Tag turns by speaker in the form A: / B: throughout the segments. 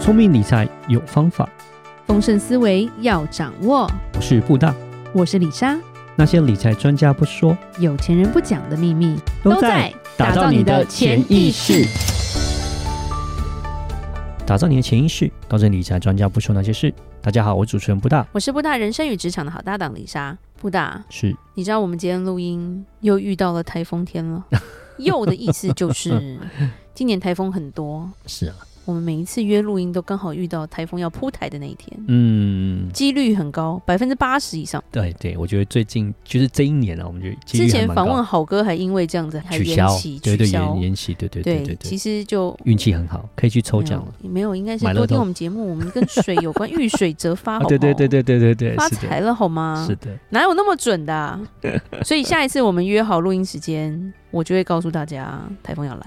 A: 聪明理财有方法，
B: 丰盛思维要掌握。
A: 我是布大。
B: 我是李莎，
A: 那些理财专家不说，
B: 有钱人不讲的秘密
A: 打造你的潜意识。。打造你的潜意识，告诉你理财专家不说那些事。大家好，我主持人布大，
B: 我是布大人生与职场的好搭档李莎。布大，
A: 是
B: 你知道我们今天录音又遇到了台风 天了。又的意思就是，今年台风很多，
A: 是啊，
B: 我们每一次约录音都刚好遇到台风要铺台的那一天，
A: 嗯，
B: 几率很高，百分之八十以上。
A: 对对，我觉得最近就是这一年啊，我们觉得几率
B: 之
A: 还
B: 前
A: 蛮
B: 访
A: 高
B: 问好哥还因为这样子还
A: 取
B: 延
A: 消
B: 期，
A: 对对
B: 取消
A: 延延期，对对对对
B: 其
A: 对，
B: 实嗯就
A: 运气很好，可以去抽奖了。
B: 没有，没有，应该是
A: 买乐
B: 多听
A: 透
B: 我们节目，我们跟水有关，遇水则发，好
A: 啊，
B: 不好？
A: 对对对，对对对对，
B: 发
A: 是的
B: 财了好吗？
A: 是的，
B: 哪有那么准的 啊、所以下一次我们约好录音时间，我就会告诉大家台风要来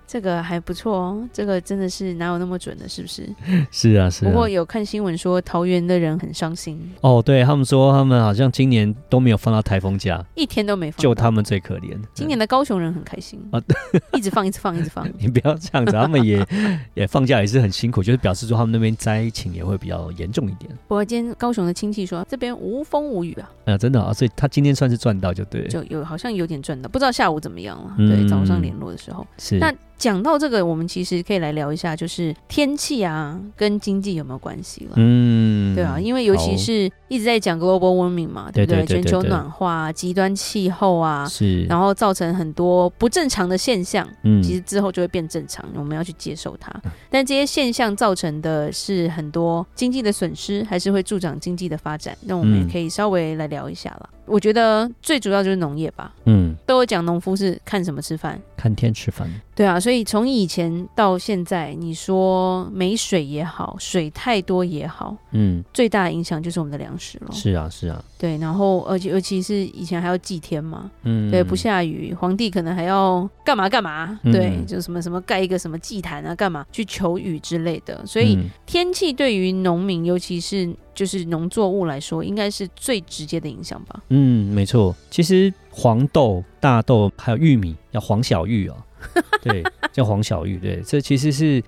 B: 这个还不错哦，这个真的是哪有那么准的，是不是？
A: 是啊是
B: 不过
A: 啊。
B: 有看新闻说桃园的人很伤心，
A: 哦，对他们说，他们好像今年都没有放到台风假，
B: 一天都没放到。
A: 就他们最可怜。
B: 今年的高雄人很开心
A: 啊，
B: 一直放，一直放，一直放。
A: 你不要这样子，他们也 也放假也是很辛苦，就是表示说他们那边灾情也会比较严重一点。
B: 不过今天高雄的亲戚说这边无风无雨啊，
A: 呃，真的啊，所以他今天算是赚到就对了，
B: 就有好像有点赚到，不知道下午怎么样了。
A: 嗯
B: 对，早上联络的时候。
A: 是
B: 那讲到这个，我们其实可以来聊一下，就是天气啊跟经济有没有关系了。
A: 嗯，
B: 对啊，因为尤
A: 好
B: 其是一直在讲 global warming 嘛，对不
A: 对对对对
B: 全球
A: 对
B: 暖化、啊、极端气候啊，
A: 是，
B: 然后造成很多不正常的现象，
A: 嗯
B: 其实之后就会变正常，我们要去接受它。但这些现象造成的是很多经济的损失，还是会助长经济的发展。那我
A: 嗯
B: 们也可以稍微来聊一下啦。我觉得最主要就是农业吧，
A: 嗯，
B: 都有讲农夫是看什么吃饭。
A: 看天吃饭，
B: 对啊，所以从以前到现在，你说没水也好，水太多也好，
A: 嗯，
B: 最大的影响就是我们的粮食了。
A: 是啊是啊，
B: 对，然后而且尤其是以前还要祭天嘛，
A: 嗯，
B: 对，不下雨，皇帝可能还要干嘛干嘛，
A: 嗯
B: 对，就什么什么盖一个什么祭坛啊，干嘛去求雨之类的。所以
A: 嗯
B: 天气对于农民，尤其是就是农作物来说，应该是最直接的影响吧。
A: 嗯，没错。其实黄豆、大豆还有玉米，叫黄小玉 哦。对，叫黄小玉。对，这其实是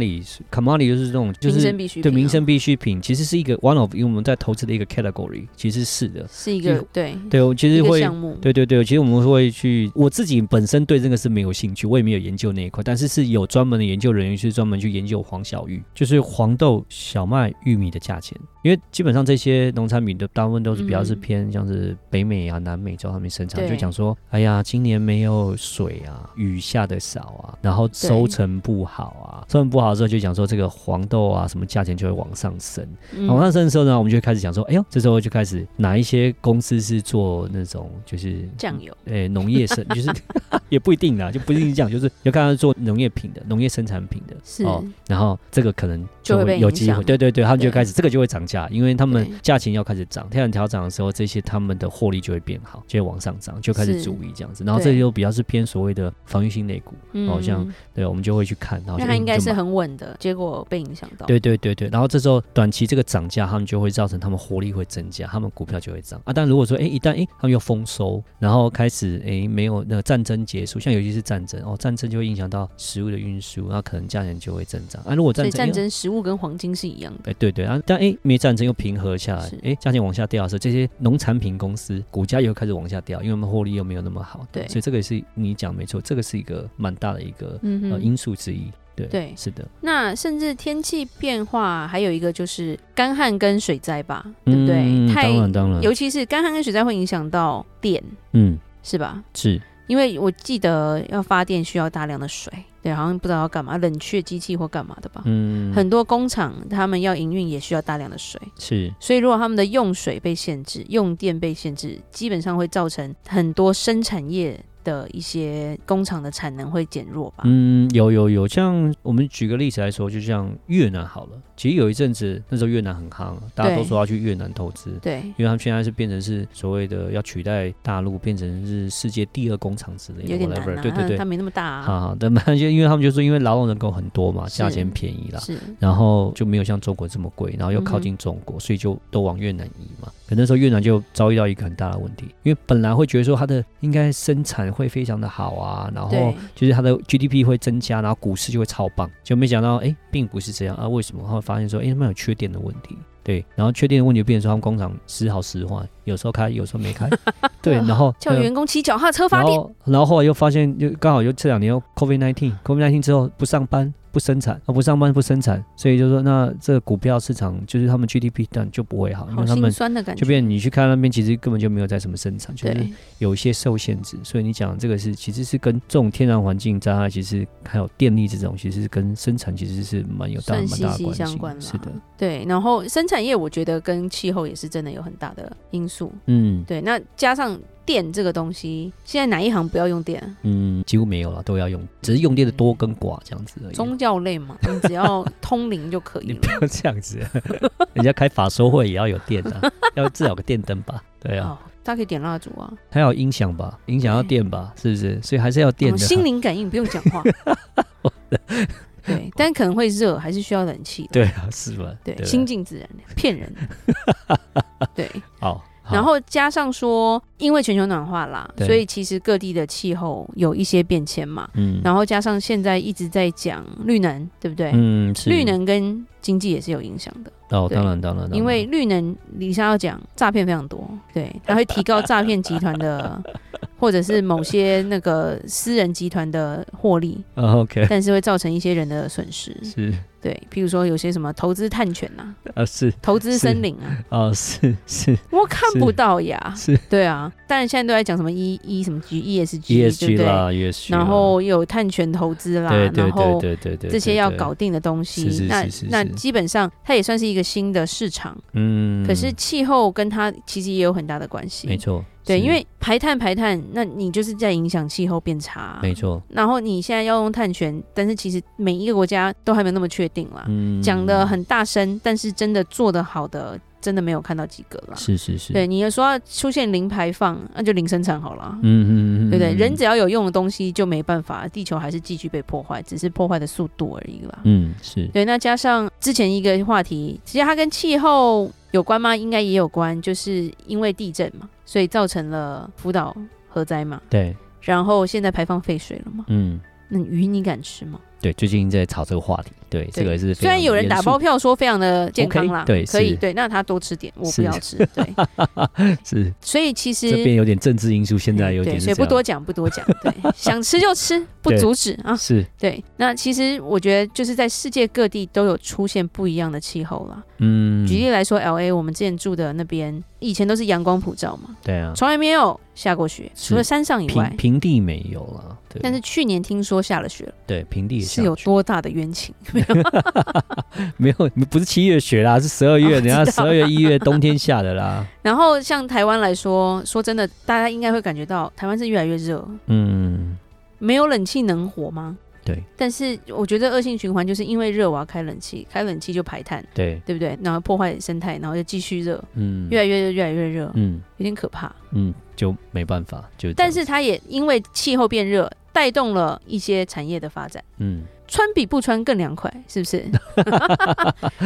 A: commodity，commodity 就是这种，就
B: 民
A: 是
B: 生必需
A: 对
B: 品啊
A: 民生必需品，其实是一个 one of，因为我们在投资的一个 category，其实是的。
B: 是一
A: 一
B: 个
A: 个
B: 对
A: 对，我其
B: 一
A: 实
B: 个
A: 会，
B: 项目，
A: 嗯对对对，其实我们会去，我自己本身对这个是没有兴趣，我也没有研究那一块，但是是有专门的研究人员去专门去研究黄小玉，就是黄豆、小麦、玉米的价钱，因为基本上这些农产品的大部分都是比较是
B: 嗯
A: 偏像是北美啊、南美洲他们生产，
B: 对
A: 就讲说，哎呀，今年没有水啊，雨下的少啊，然后收成不好啊，收成不好之后就讲说这个黄豆啊什么价钱就会往上升，
B: 嗯
A: 往上升的哦时候呢，我们就会开始讲说，哎呦，这时候就开始哪一些公司是做那种就是
B: 酱油。
A: 诶，农业生就是 也不一定啦，就不一定是这样，就是要看他做农业品的、农业生产品的，
B: 是
A: 然后这个可能
B: 就会被
A: 有
B: 影
A: 机会，
B: 响
A: 对对对，他们就
B: 对
A: 开始这个就会涨价，因为他们
B: 对
A: 价钱要开始涨，天然调涨的时候，这些他们的获利就会变好，就会往上涨，就开始
B: 是
A: 注意这样子，然后
B: 对
A: 这又比较是偏所谓的防御性类股，
B: 嗯
A: 好像对，我们就会去看，然后就
B: 因为它
A: 诶
B: 应该
A: 你就是买
B: 很稳的，结果被影响到。
A: 对对对对，然后这时候短期这个涨价，他们就会造成他们活力会增加，他们股票就会涨啊。但如果说哎，诶一旦哎他们又丰收，然后开始哎没有那个战争结束，像尤其是战争哦，战争就会影响到食物的运输，那可能价钱就会增长啊。如果
B: 所
A: 战
B: 以
A: 争
B: 战争食物跟黄金是一样的。
A: 哎，对对啊，但哎，没战争又平和下来
B: 是，
A: 哎，价钱往下掉的时候，这些农产品公司股价又开始往下掉，因为他们获利又没有那么好，
B: 对
A: 所以这个也是你讲没错，这个是一个蛮大的一个、
B: 嗯
A: 呃
B: 哼，
A: 因素之一，对，
B: 对
A: 是的，
B: 那甚至天气变化，还有一个就是干旱跟水灾吧，对不对？
A: 嗯
B: 太
A: 当然当然，
B: 尤其是干旱跟水灾会影响到电，
A: 嗯
B: 是吧？
A: 是。
B: 因为我记得要发电需要大量的水，对，好像不知道要干嘛，冷却机器或干嘛的吧。
A: 嗯，
B: 很多工厂他们要营运也需要大量的水，
A: 是，
B: 所以如果他们的用水被限制，用电被限制，基本上会造成很多生产业的一些工厂的产能会减弱吧。
A: 嗯，有有有，像我们举个例子来说，就像越南好了，其实有一阵子那时候越南很夯，大家都
B: 对
A: 说要去越南投资，
B: 对，
A: 因为他们现在是变成是所谓的要取代大陆，变成是世界第二工厂之类的
B: 有点
A: 嗯
B: 难
A: whatever，
B: 啊，
A: 对对对
B: 它，没那么大啊。
A: 好好，但 反正就因为他们就说，因为劳动人口很多嘛，
B: 是
A: 价钱便宜啦。
B: 是，
A: 然后就没有像中国这么贵，然后又靠
B: 嗯哼
A: 近中国，所以就都往越南移嘛。可那时候越南就遭遇到一个很大的问题，因为本来会觉得说它的应该生产会非常的好啊，然后
B: 对
A: 就是它的 GDP 会增加，然后股市就会超棒，就没想到哎、诶并不是这样啊。为什么？他会发现说，哎、他们有缺电的问题。对，然后缺电的问题就变成说，他们工厂时好时坏，有时候开，有时候没 开。对，然后
B: 叫
A: 呃
B: 员工骑脚踏车发
A: 然
B: 电，
A: 后，然后后来又发现，又刚好又这两年又 COVID nineteen，COVID nineteen 之后不上班不生产，啊不上班不生产，所以就说那这个股票市场就是他们 GDP 但就不会好，因
B: 好
A: 为他
B: 心
A: 们
B: 酸的感觉。
A: 就变你去看那边其实根本就没有在什么生产，就是
B: 对，
A: 有一些受限制，所以你讲这个是其实是跟这种天然环境灾害，其实还有电力这种，其实是跟生产其实是蛮有大
B: 算
A: 蛮
B: 息
A: 大的
B: 息
A: 关系
B: 相关
A: 的，
B: 啦
A: 是的，
B: 对，然后生产业我觉得跟气候也是真的有很大的因素。
A: 嗯
B: 对，那加上电这个东西，现在哪一行不要用电啊？
A: 嗯，几乎没有了，都要用，只是用电的多跟寡这样子而已。
B: 宗教类嘛，你只要通灵就可以
A: 哎你
B: 了
A: 不。要 这样子，人家开法收会也要有电 啊，要至少有个电灯吧？对啊，
B: 哦，大家可以点蜡烛啊。
A: 还有音响吧，音响要电吧，是不是？所以还是要电
B: 哦
A: 的。
B: 心灵感应不用讲话。对，但可能会热，还是需要冷气的。
A: 对啊，是吧？
B: 对，
A: 不
B: 心静自然，骗人 的。对，
A: 好，好
B: 然后加上说，因为全球暖化啦，
A: 对
B: 所以其实各地的气候有一些变迁嘛。
A: 嗯，
B: 然后加上现在一直在讲绿能，对不对？
A: 嗯是
B: 绿能跟经济也是有影响的，
A: 哦，
B: 对
A: 当然当然，当然
B: 因为绿能，李莎要讲诈骗非常多，对，它会提高诈骗集团 的，或者是某些那个私人集团的获利，
A: 啊 OK
B: 但是会造成一些人的损失。
A: 是
B: 对，譬如说有些什么投资碳权啊，
A: 啊是
B: 投资
A: 是
B: 森林 啊，
A: 啊是是
B: 我看不到呀。
A: 是
B: 对啊，当然现在都在讲什么 E E 什么 G E S G，对
A: ESG
B: 不对？
A: 啦 ESG，啦
B: 然后又有碳权投资啦，
A: 对对对
B: 然后
A: 对对对，
B: 这些要
A: 对
B: 搞定的东西，
A: 是是
B: 那
A: 是是
B: 那
A: 是
B: 基本上它也算是一个新的市场，
A: 嗯，
B: 可是气候跟它其实也有很大的关系。
A: 没，错，
B: 对，
A: 是
B: 因为排碳排碳，那你就是在影响气候变差啊、
A: 没错，
B: 然后你现在要用碳权，但是其实每一个国家都还没有那么确定啦。
A: 嗯，
B: 啊讲的很大声，但是真的做得好的，真的没有看到几个啦。
A: 是是是，
B: 对，你要说要出现零排放，那就零生产好了。
A: 嗯嗯嗯，
B: 对不对？
A: 嗯
B: 人只要有用的东西就没办法，地球还是继续被破坏，只是破坏的速度而已啦。
A: 嗯是
B: 对，那加上之前一个话题，其实它跟气候有关吗？应该也有关，就是因为地震嘛，所以造成了福岛核灾嘛，
A: 对
B: 然后现在排放废水了嘛，
A: 嗯。
B: 那鱼你敢吃吗？
A: 对，最近在炒这个话题，对，这个是非
B: 虽然
A: 常
B: 有人
A: 严
B: 打
A: 肃
B: 包，票说非常的健康啦
A: OK，对
B: 可以，
A: 是
B: 对，那他多吃点，我不
A: 是
B: 要吃， 对，
A: 是
B: 所以其实嗯
A: 这边有点政治因素，现在有点
B: 对，
A: 是
B: 所以
A: 这
B: 不
A: 样
B: 多讲，不多讲，对， 想吃就吃，不
A: 对
B: 阻止啊。
A: 是，
B: 对，那其实我觉得就是在世界各地都有出现不一样的气候啦。
A: 嗯，
B: 举例来说，L A 我们之前住的那边，以前都是阳光普照嘛，
A: 对啊，
B: 从来没有下过雪，
A: 是
B: 除了山上以外
A: 平。平地没有了，对，
B: 但是去年听说下了雪了，
A: 对平地也
B: 是
A: 下
B: 有
A: 雪
B: 多大的冤情？
A: 没有，不是七月雪啦，是十二月，
B: 哦
A: 人家
B: 知
A: 十
B: 道
A: 二月一月冬天下的啦，
B: 然后像台湾来说，说真的，大家应该会感觉到台湾是越来越热，
A: 嗯，
B: 没有冷气能活吗？
A: 对。
B: 但是我觉得恶性循环就是因为热，我要啊开冷气，开冷气就排碳，
A: 对，
B: 对不对？然后破坏生态，然后就继续热，
A: 嗯，
B: 越来越热，越来越热，
A: 嗯
B: 有点可怕。
A: 嗯，就没办法，就这样
B: 但是它也因为气候变热，带动了一些产业的发展。
A: 嗯，
B: 穿比不穿更凉快，是不是？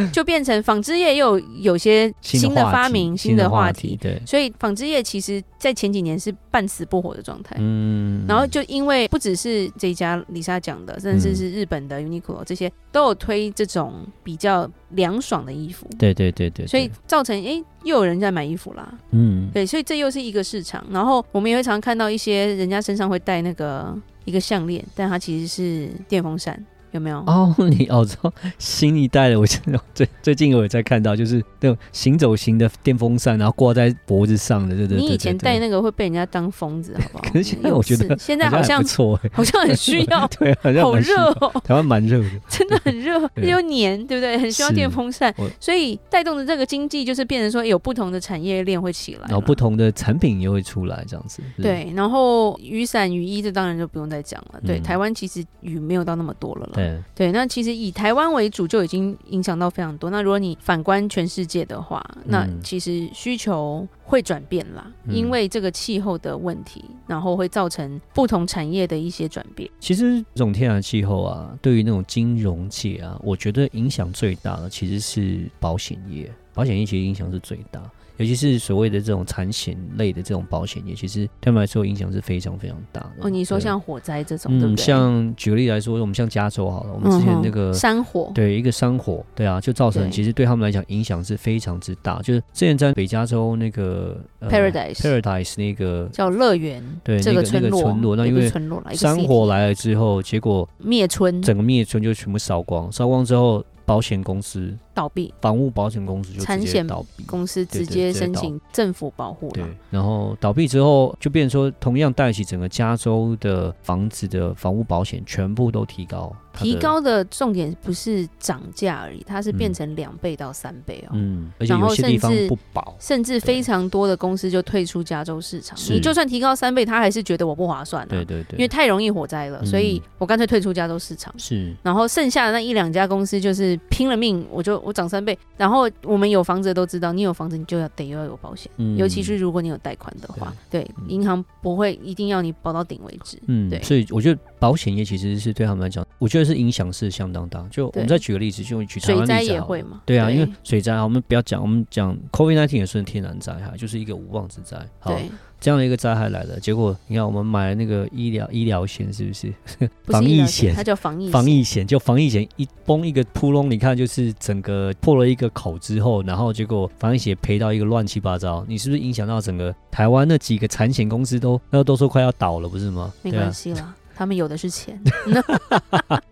B: 就变成纺织业又有有些新的
A: 话
B: 发
A: 题
B: 明、
A: 新
B: 新的话
A: 题，
B: 题，
A: 对，
B: 所以纺织业其实在前几年是半死不活的状态。
A: 嗯，
B: 然后就因为不只是这一家李莎讲的，甚至
A: 嗯
B: 是日本的 Uniqlo 这些都有推这种比较凉爽的衣服，
A: 对对对对，
B: 所以
A: 对
B: 造成诶又有人在买衣服啦。
A: 嗯，
B: 对，所以这又是一个市场。然后我们也会常看到一些人家身上会戴那个一个项链，但它其实是电风扇，有没有？
A: 哦，你哦，知道新一代的，我现在最最近我也在看到，就是那种行走型的电风扇，然后挂在脖子上的，对对对对
B: 你以前戴
A: 那，
B: 那个会被人家当疯子，好不好？
A: 可是现在我觉得
B: 有事现在好
A: 好
B: 像
A: 还不错哎、，
B: 好 像很需要
A: 对啊， 好像
B: 好
A: 蛮需
B: 热
A: 要，
B: 哦，
A: 台湾蛮 热的，
B: 真的很热，
A: 对
B: 又黏，对不对？很需要
A: 是
B: 电风扇
A: 我，
B: 所以带动的这个经济就是变成说有不同的产业链会起来啦，
A: 然后哦不同的产品也会出来这样子，是，
B: 对，然后雨伞、雨衣这当然就不用再讲了。对，
A: 嗯
B: 台湾其实雨没有到那么多了啦。
A: 对，
B: 对，那其实以台湾为主就已经影响到非常多。那如果你反观全世界的话，那
A: 嗯
B: 其实需求会转变啦，
A: 嗯
B: 因为这个气候的问题，然后会造成不同产业的一些转变。
A: 其实这种天然气候啊，对于那种金融界啊，我觉得影响最大的其实是保险业，保险业其实影响是最大。尤其是所谓的这种产险类的这种保险业，其实对他们来说影响是非常非常大的。
B: 哦，你说
A: 对
B: 像火灾这种，对
A: 嗯，
B: 不对？
A: 像举个例来说，我们像加州好了，我们之前
B: 嗯哼
A: 那个
B: 山火，
A: 对一个山火，对啊，就造成
B: 对
A: 其实对他们来讲影响是非常之大。就是之前在北加州那个、呃
B: Paradise
A: Paradise 那个
B: 叫乐园，
A: 对
B: 这
A: 那个那
B: 村
A: 个
B: 落，
A: 村落那
B: 也
A: 因
B: 不是
A: 为
B: 村落啦一个
A: 山
B: city
A: 火来了之后，结果
B: 灭村
A: 整个灭村就全部烧光，烧光之后，保险公司、
B: 倒闭，
A: 房屋保险公司就直
B: 产
A: 接
B: 险
A: 倒闭。
B: 公司直
A: 对对
B: 接
A: 直接
B: 申
A: 倒
B: 请政府保护
A: 对
B: 了。，
A: 然后倒闭之后，就变成说，同样带起整个加州的房子的房屋保险全部都提高，它的
B: 提，高的重点不是涨价而已，它是变
A: 嗯
B: 成两倍到三倍哦。
A: 嗯，而且
B: 然
A: 有
B: 后
A: 些地方
B: 甚至
A: 不保，
B: 甚至非常多的公司就退出加州市场。
A: 是
B: 你就算提高三倍，他还是觉得我不划算、啊，
A: 对对对，
B: 因为太容易火灾了，
A: 嗯
B: 所以我干脆退出加州市场。
A: 是
B: 然后剩下的那一两家公司就是拼了命，我就我涨三倍。然后我们有房子的都知道，你有房子你就要得要有保险，
A: 嗯
B: 尤其是如果你有贷款的话，对
A: 嗯
B: 银行不会一定要你保到顶为止。
A: 嗯
B: 对，
A: 所以我觉得保险业其实是对他们来讲，我觉得是影响是相当大。就我
B: 对
A: 们再举个例子，就举台湾
B: 水
A: 例
B: 灾
A: 子
B: 也
A: 好了
B: 会嘛？
A: 对啊，因为水灾啊，我们不要讲，我们讲 COVID-19 也算天然灾害，就是一个无妄之灾。好，
B: 对，
A: 这样的一个灾害来了，结果你看我们买了那个医疗医疗险，是不是？
B: 不是
A: 防
B: 医疗
A: 疫
B: 险
A: 险
B: 它叫防疫
A: 防
B: 险
A: 疫险就防疫险一崩一个扑窿，你看就是整个破了一个口之后，然后结果防疫险赔到一个乱七八糟，你是不是影响到整个台湾那几个产险公司都那都说快要倒了，不是吗？
B: 没
A: 对啊
B: 关系啦，他们有的是钱，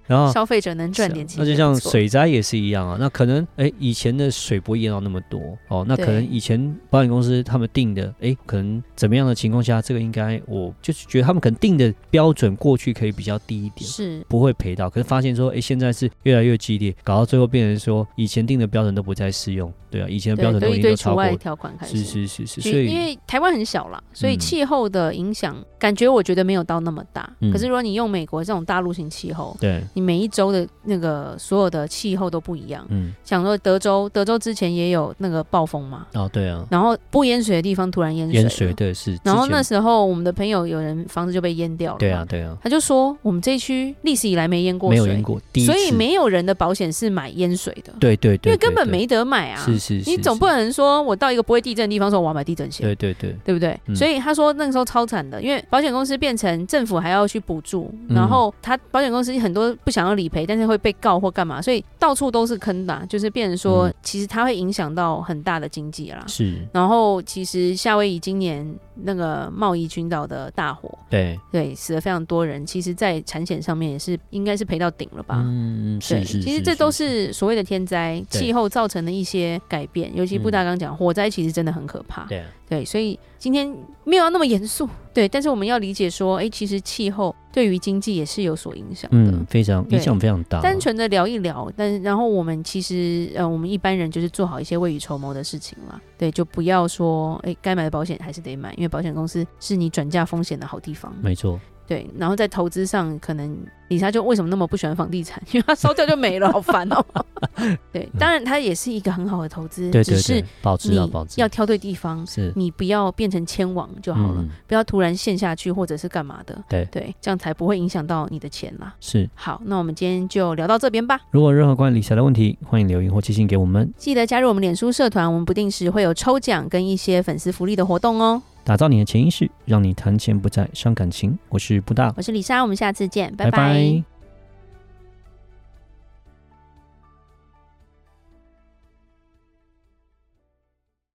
A: 然后
B: 消费者能赚点
A: 哦是
B: 钱
A: 啊那
B: 也
A: 就
B: 不
A: 像
B: 错
A: 水灾也是一样啊，那可能哎、以前的水不会淹到那么多哦，那可能
B: 对
A: 以前保险公司他们定的哎、可能怎么样的情况下，这个应该我就是觉得他们可能定的标准过去可以比较低一点。
B: 是
A: 不会赔到，可是发现说，哎，现在是越来越激烈，搞到最后变成说，以前定的标准都不再适用，对啊，以前的标
B: 对，
A: 准都
B: 都
A: 已
B: 一
A: 经
B: 堆
A: 都
B: 除
A: 超过
B: 外，条款开始。
A: 是是是是，
B: 所
A: 所
B: 以因
A: 以
B: 为台湾很小啦，所以
A: 嗯
B: 气候的影响、感觉我觉得没有到那么大。
A: 嗯
B: 可是如果你用美国这种大陆型气候，
A: 对，
B: 你每一周的那个所有的气候都不一样。
A: 嗯，
B: 想说德州，德州之前也有那个暴风嘛，
A: 哦，对啊，
B: 然后不淹水的地方突然淹水了，
A: 淹水对是，
B: 然后
A: 之前
B: 那时候我们的朋友有人房子就被淹掉了，
A: 对啊，对啊，
B: 他就说我们这一区历史以来没淹过
A: 没
B: 水，
A: 有淹过，第一
B: 所以
A: 次
B: 没有人的保险是买淹水的，
A: 对对
B: 因
A: 对，
B: 为根
A: 对
B: 本
A: 对
B: 没得买啊。
A: 是是是，
B: 你总
A: 是
B: 不能说我到一个不会地震的地方说我要买地震险，
A: 对对对，
B: 对不对？
A: 嗯
B: 所以他说那个时候超惨的，因为保险公司变成政府还要去补助，
A: 嗯
B: 然后他保险公司很多不想要理赔，但是会被告或干嘛，所以到处都是坑的啊、就是变成说、
A: 嗯
B: 其实它会影响到很大的经济啦。
A: 是，
B: 然后其实夏威夷今年那个贸易群岛的大火，
A: 对，
B: 对，死了非常多人，其实在产险上面也是应该是赔到顶了吧。
A: 嗯，
B: 对，
A: 是是，
B: 其实这都是所谓的天灾、
A: 对
B: 气候造成的一些改变，尤其布达刚讲，火灾其实真的很可怕。
A: 对啊，
B: 对，所以今天没有要那么严肃，对，但是我们要理解说，哎，其实气候对于经济也是有所影响的。
A: 嗯，非常
B: 对
A: 影响非常大，
B: 单纯的聊一聊，但然后我们其实呃，我们一般人就是做好一些未雨绸缪的事情啦，对，就不要说哎，该买的保险还是得买，因为保险公司是你转嫁风险的好地方。
A: 没错，
B: 对，然后在投资上，可能李莎就为什么那么不喜欢房地产，因为它烧掉就没了，好烦 哦。对，当然它也是一个很好的投资，
A: 嗯对对
B: 只是
A: 对，保值啊
B: 你
A: 保值
B: 要挑对地方，
A: 是
B: 你不要变成千网就好了，
A: 嗯
B: 不要突然陷下去或者是干嘛的。
A: 对
B: 对，这样才不会影响到你的钱啦。
A: 是。
B: 好，那我们今天就聊到这边吧。
A: 如果有任何关于理财的问题，欢迎留言或寄信给我们。
B: 记得加入我们脸书社团，我们不定时会有抽奖跟一些粉丝福利的活动哦。
A: 打造你的潜意识，让你谈钱不再伤感情。我是布大，
B: 我是李莎，我们下次见，拜拜
A: 拜